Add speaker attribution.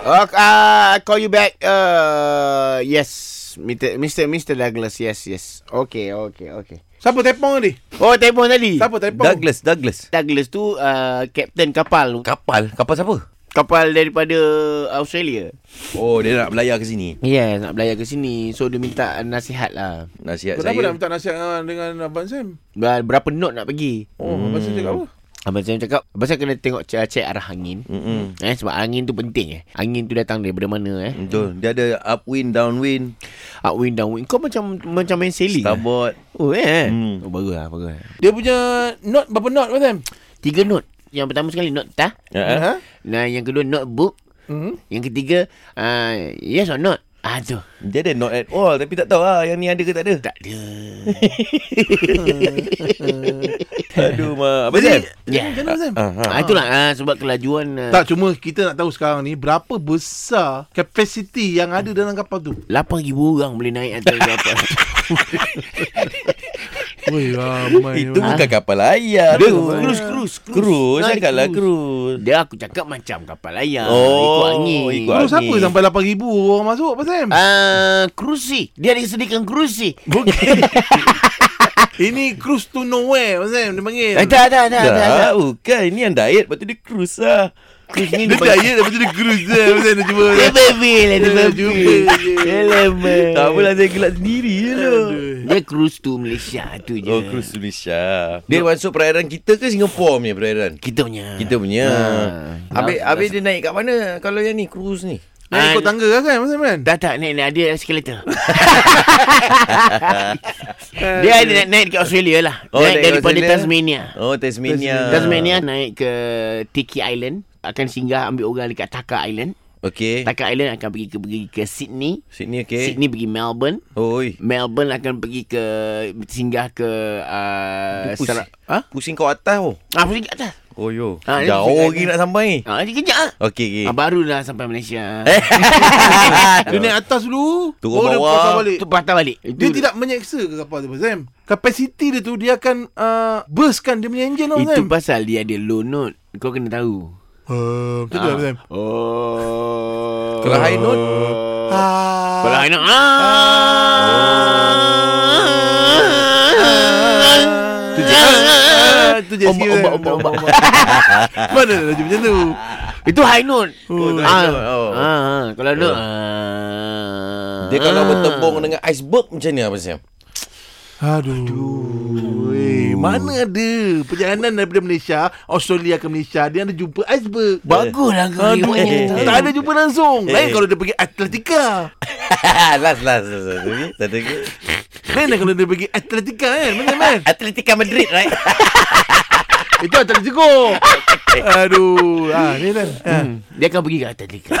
Speaker 1: Uh, uh, I call you back. Uh, yes, Mr. Mr. Mr. Douglas. Yes, yes. Okay, okay, okay.
Speaker 2: Siapa telefon tadi?
Speaker 1: Oh, telefon tadi.
Speaker 2: Siapa telefon?
Speaker 3: Douglas, Douglas.
Speaker 1: Douglas tu uh, kapten kapal.
Speaker 3: Kapal? Kapal siapa?
Speaker 1: Kapal daripada Australia.
Speaker 3: Oh, dia nak belayar ke sini.
Speaker 1: Ya, yeah, nak belayar ke sini. So, dia minta nasihat lah.
Speaker 3: Nasihat
Speaker 2: Kenapa nak
Speaker 3: saya.
Speaker 2: minta nasihat dengan, dengan Abang Sam?
Speaker 1: Ber- Berapa knot nak pergi.
Speaker 2: Oh, hmm. Abang Sam cakap apa?
Speaker 1: Abang saya cakap, Abang saya kena tengok cek, cek arah angin.
Speaker 3: Mm-mm.
Speaker 1: Eh, sebab angin tu penting eh. Angin tu datang daripada mana eh. Ah,
Speaker 3: Betul. Dia ada upwind, downwind,
Speaker 1: Upwind, downwind. Kau macam macam main sailing. lah.
Speaker 3: starboard.
Speaker 1: Oh, eh.
Speaker 3: Hmm.
Speaker 1: Oh, bagus lah, bagus lah.
Speaker 2: Dia punya note berapa note Abang Sam?
Speaker 1: Tiga note. Yang pertama sekali note tah.
Speaker 3: Ha?
Speaker 2: Ha?
Speaker 1: Nah, yang kedua notebook.
Speaker 2: Hmm.
Speaker 1: Yang ketiga uh, yes or not. Ah tu.
Speaker 3: Dia ada not at all tapi tak tahu lah yang ni ada ke tak ada.
Speaker 1: Tak ada.
Speaker 3: Aduh mak. Apa Sam?
Speaker 1: Ya.
Speaker 2: Macam mana Abang Sam?
Speaker 3: Ah, ah.
Speaker 1: Ah itulah ah, sebab kelajuan ah,
Speaker 2: Tak cuma kita nak tahu sekarang ni berapa besar kapasiti yang ada dalam kapal tu.
Speaker 1: 8000 orang boleh naik atas kapal.
Speaker 2: Woi, ramai.
Speaker 3: Itu bukan kapal layar
Speaker 1: Dia
Speaker 3: tu.
Speaker 1: cruise, cruise, cruise.
Speaker 3: Cruise.
Speaker 1: Ah,
Speaker 3: Cakap lah
Speaker 1: cruise.
Speaker 3: cruise.
Speaker 1: Dia aku cakap macam kapal layar ikut
Speaker 3: Oh,
Speaker 1: angin.
Speaker 3: ikut
Speaker 2: Terus
Speaker 3: angin.
Speaker 2: siapa sampai 8000 orang masuk Abang Sam?
Speaker 1: Ah, kerusi. Dia ada sediakan kerusi.
Speaker 2: Bukan. Ini cruise to nowhere Abang Sam dia panggil.
Speaker 1: Eh, tak, tak, tak, tak, tak.
Speaker 3: Tak, bukan. Ini yang diet. Lepas tu dia cruise lah.
Speaker 1: Cruise ni
Speaker 2: Dia diet lepas tu dia cruise lah Abang Sam dia cuba.
Speaker 1: Dia baby lah, dia
Speaker 2: Dia
Speaker 1: baby.
Speaker 2: jumpa je.
Speaker 1: Alamak.
Speaker 3: Tak apalah saya gelak sendiri je lah.
Speaker 1: Dia cruise tu Malaysia tu je.
Speaker 3: Oh, cruise Malaysia. Dia masuk perairan kita ke Singapura punya perairan?
Speaker 1: Kita punya.
Speaker 3: Kita punya.
Speaker 1: Ha.
Speaker 3: Habis, habis dia naik kat mana kalau yang ni, cruise ni?
Speaker 2: Dia ikut tangga lah kan Abang Sam
Speaker 1: Ah.
Speaker 2: kan?
Speaker 1: Dah tak naik, naik ada escalator. dia ada naik, naik ke Australia lah. Oh,
Speaker 3: Oh,
Speaker 1: naik,
Speaker 3: naik ke
Speaker 1: daripada
Speaker 3: Australia.
Speaker 1: Tasmania.
Speaker 3: Oh, Tasmania.
Speaker 1: Tasmania naik ke Tiki Island. Akan singgah ambil orang dekat Taka Island.
Speaker 3: Okay.
Speaker 1: Taka Island akan pergi ke pergi ke Sydney.
Speaker 3: Sydney, okay.
Speaker 1: Okay. Sydney pergi Melbourne.
Speaker 3: Oi.
Speaker 1: Melbourne akan pergi ke singgah ke uh,
Speaker 3: Pusing.
Speaker 1: Sarawak. Ha?
Speaker 3: Pusing kau atas oh.
Speaker 1: Ah, pusing kat atas.
Speaker 3: Oh, yo.
Speaker 1: Ah, dia
Speaker 3: Jauh
Speaker 1: pusing
Speaker 3: lagi nak sampai.
Speaker 1: Ah, dia kejap ah.
Speaker 3: Okey, okey.
Speaker 1: Ah, baru dah sampai Malaysia.
Speaker 3: Eh.
Speaker 2: Dia naik atas dulu
Speaker 3: Turun
Speaker 2: baru dia
Speaker 3: bawah.
Speaker 2: patah balik
Speaker 1: Itu patah balik.
Speaker 2: Dia
Speaker 1: Itu-
Speaker 2: tidak menyeksa ke kapal tu Abang Sam Kapasiti dia tu Dia akan uh, Burstkan dia punya engine Abang
Speaker 1: Itu
Speaker 2: Sam
Speaker 1: pasal dia ada low note. Kau kena tahu.
Speaker 2: Uh, Betul tak Abang Sam
Speaker 1: Oh.
Speaker 3: Kalau high note?
Speaker 2: Ah.
Speaker 1: Kalau high note. Ah.
Speaker 2: Tu je Ah, Tu je
Speaker 1: Ombak, ombak, ombak, ombak.
Speaker 2: Mana ada laju macam tu
Speaker 1: Itu high note.
Speaker 3: Oh, tu high
Speaker 1: Ah.
Speaker 3: note, oh.
Speaker 1: Ah, ah. Kalau ah. note.
Speaker 3: Dia kalau bertembung dengan iceberg macam ni apa Sam?
Speaker 2: Aduh, Weh, eh, Mana ada Perjalanan daripada Malaysia Australia ke Malaysia Dia ada jumpa iceberg
Speaker 1: Baguslah kau
Speaker 2: Aduh,
Speaker 1: riwayat.
Speaker 2: tak ada jumpa langsung Lain kalau dia pergi Atletica
Speaker 3: last last last last. Satu lagi, Satu lagi.
Speaker 2: Lain lah kalau dia pergi Atletica kan Mana man
Speaker 3: Atletico Madrid right?
Speaker 2: Itu Atletico Aduh ah, Ni kan ah.
Speaker 1: Hmm. Dia akan pergi ke Atletica.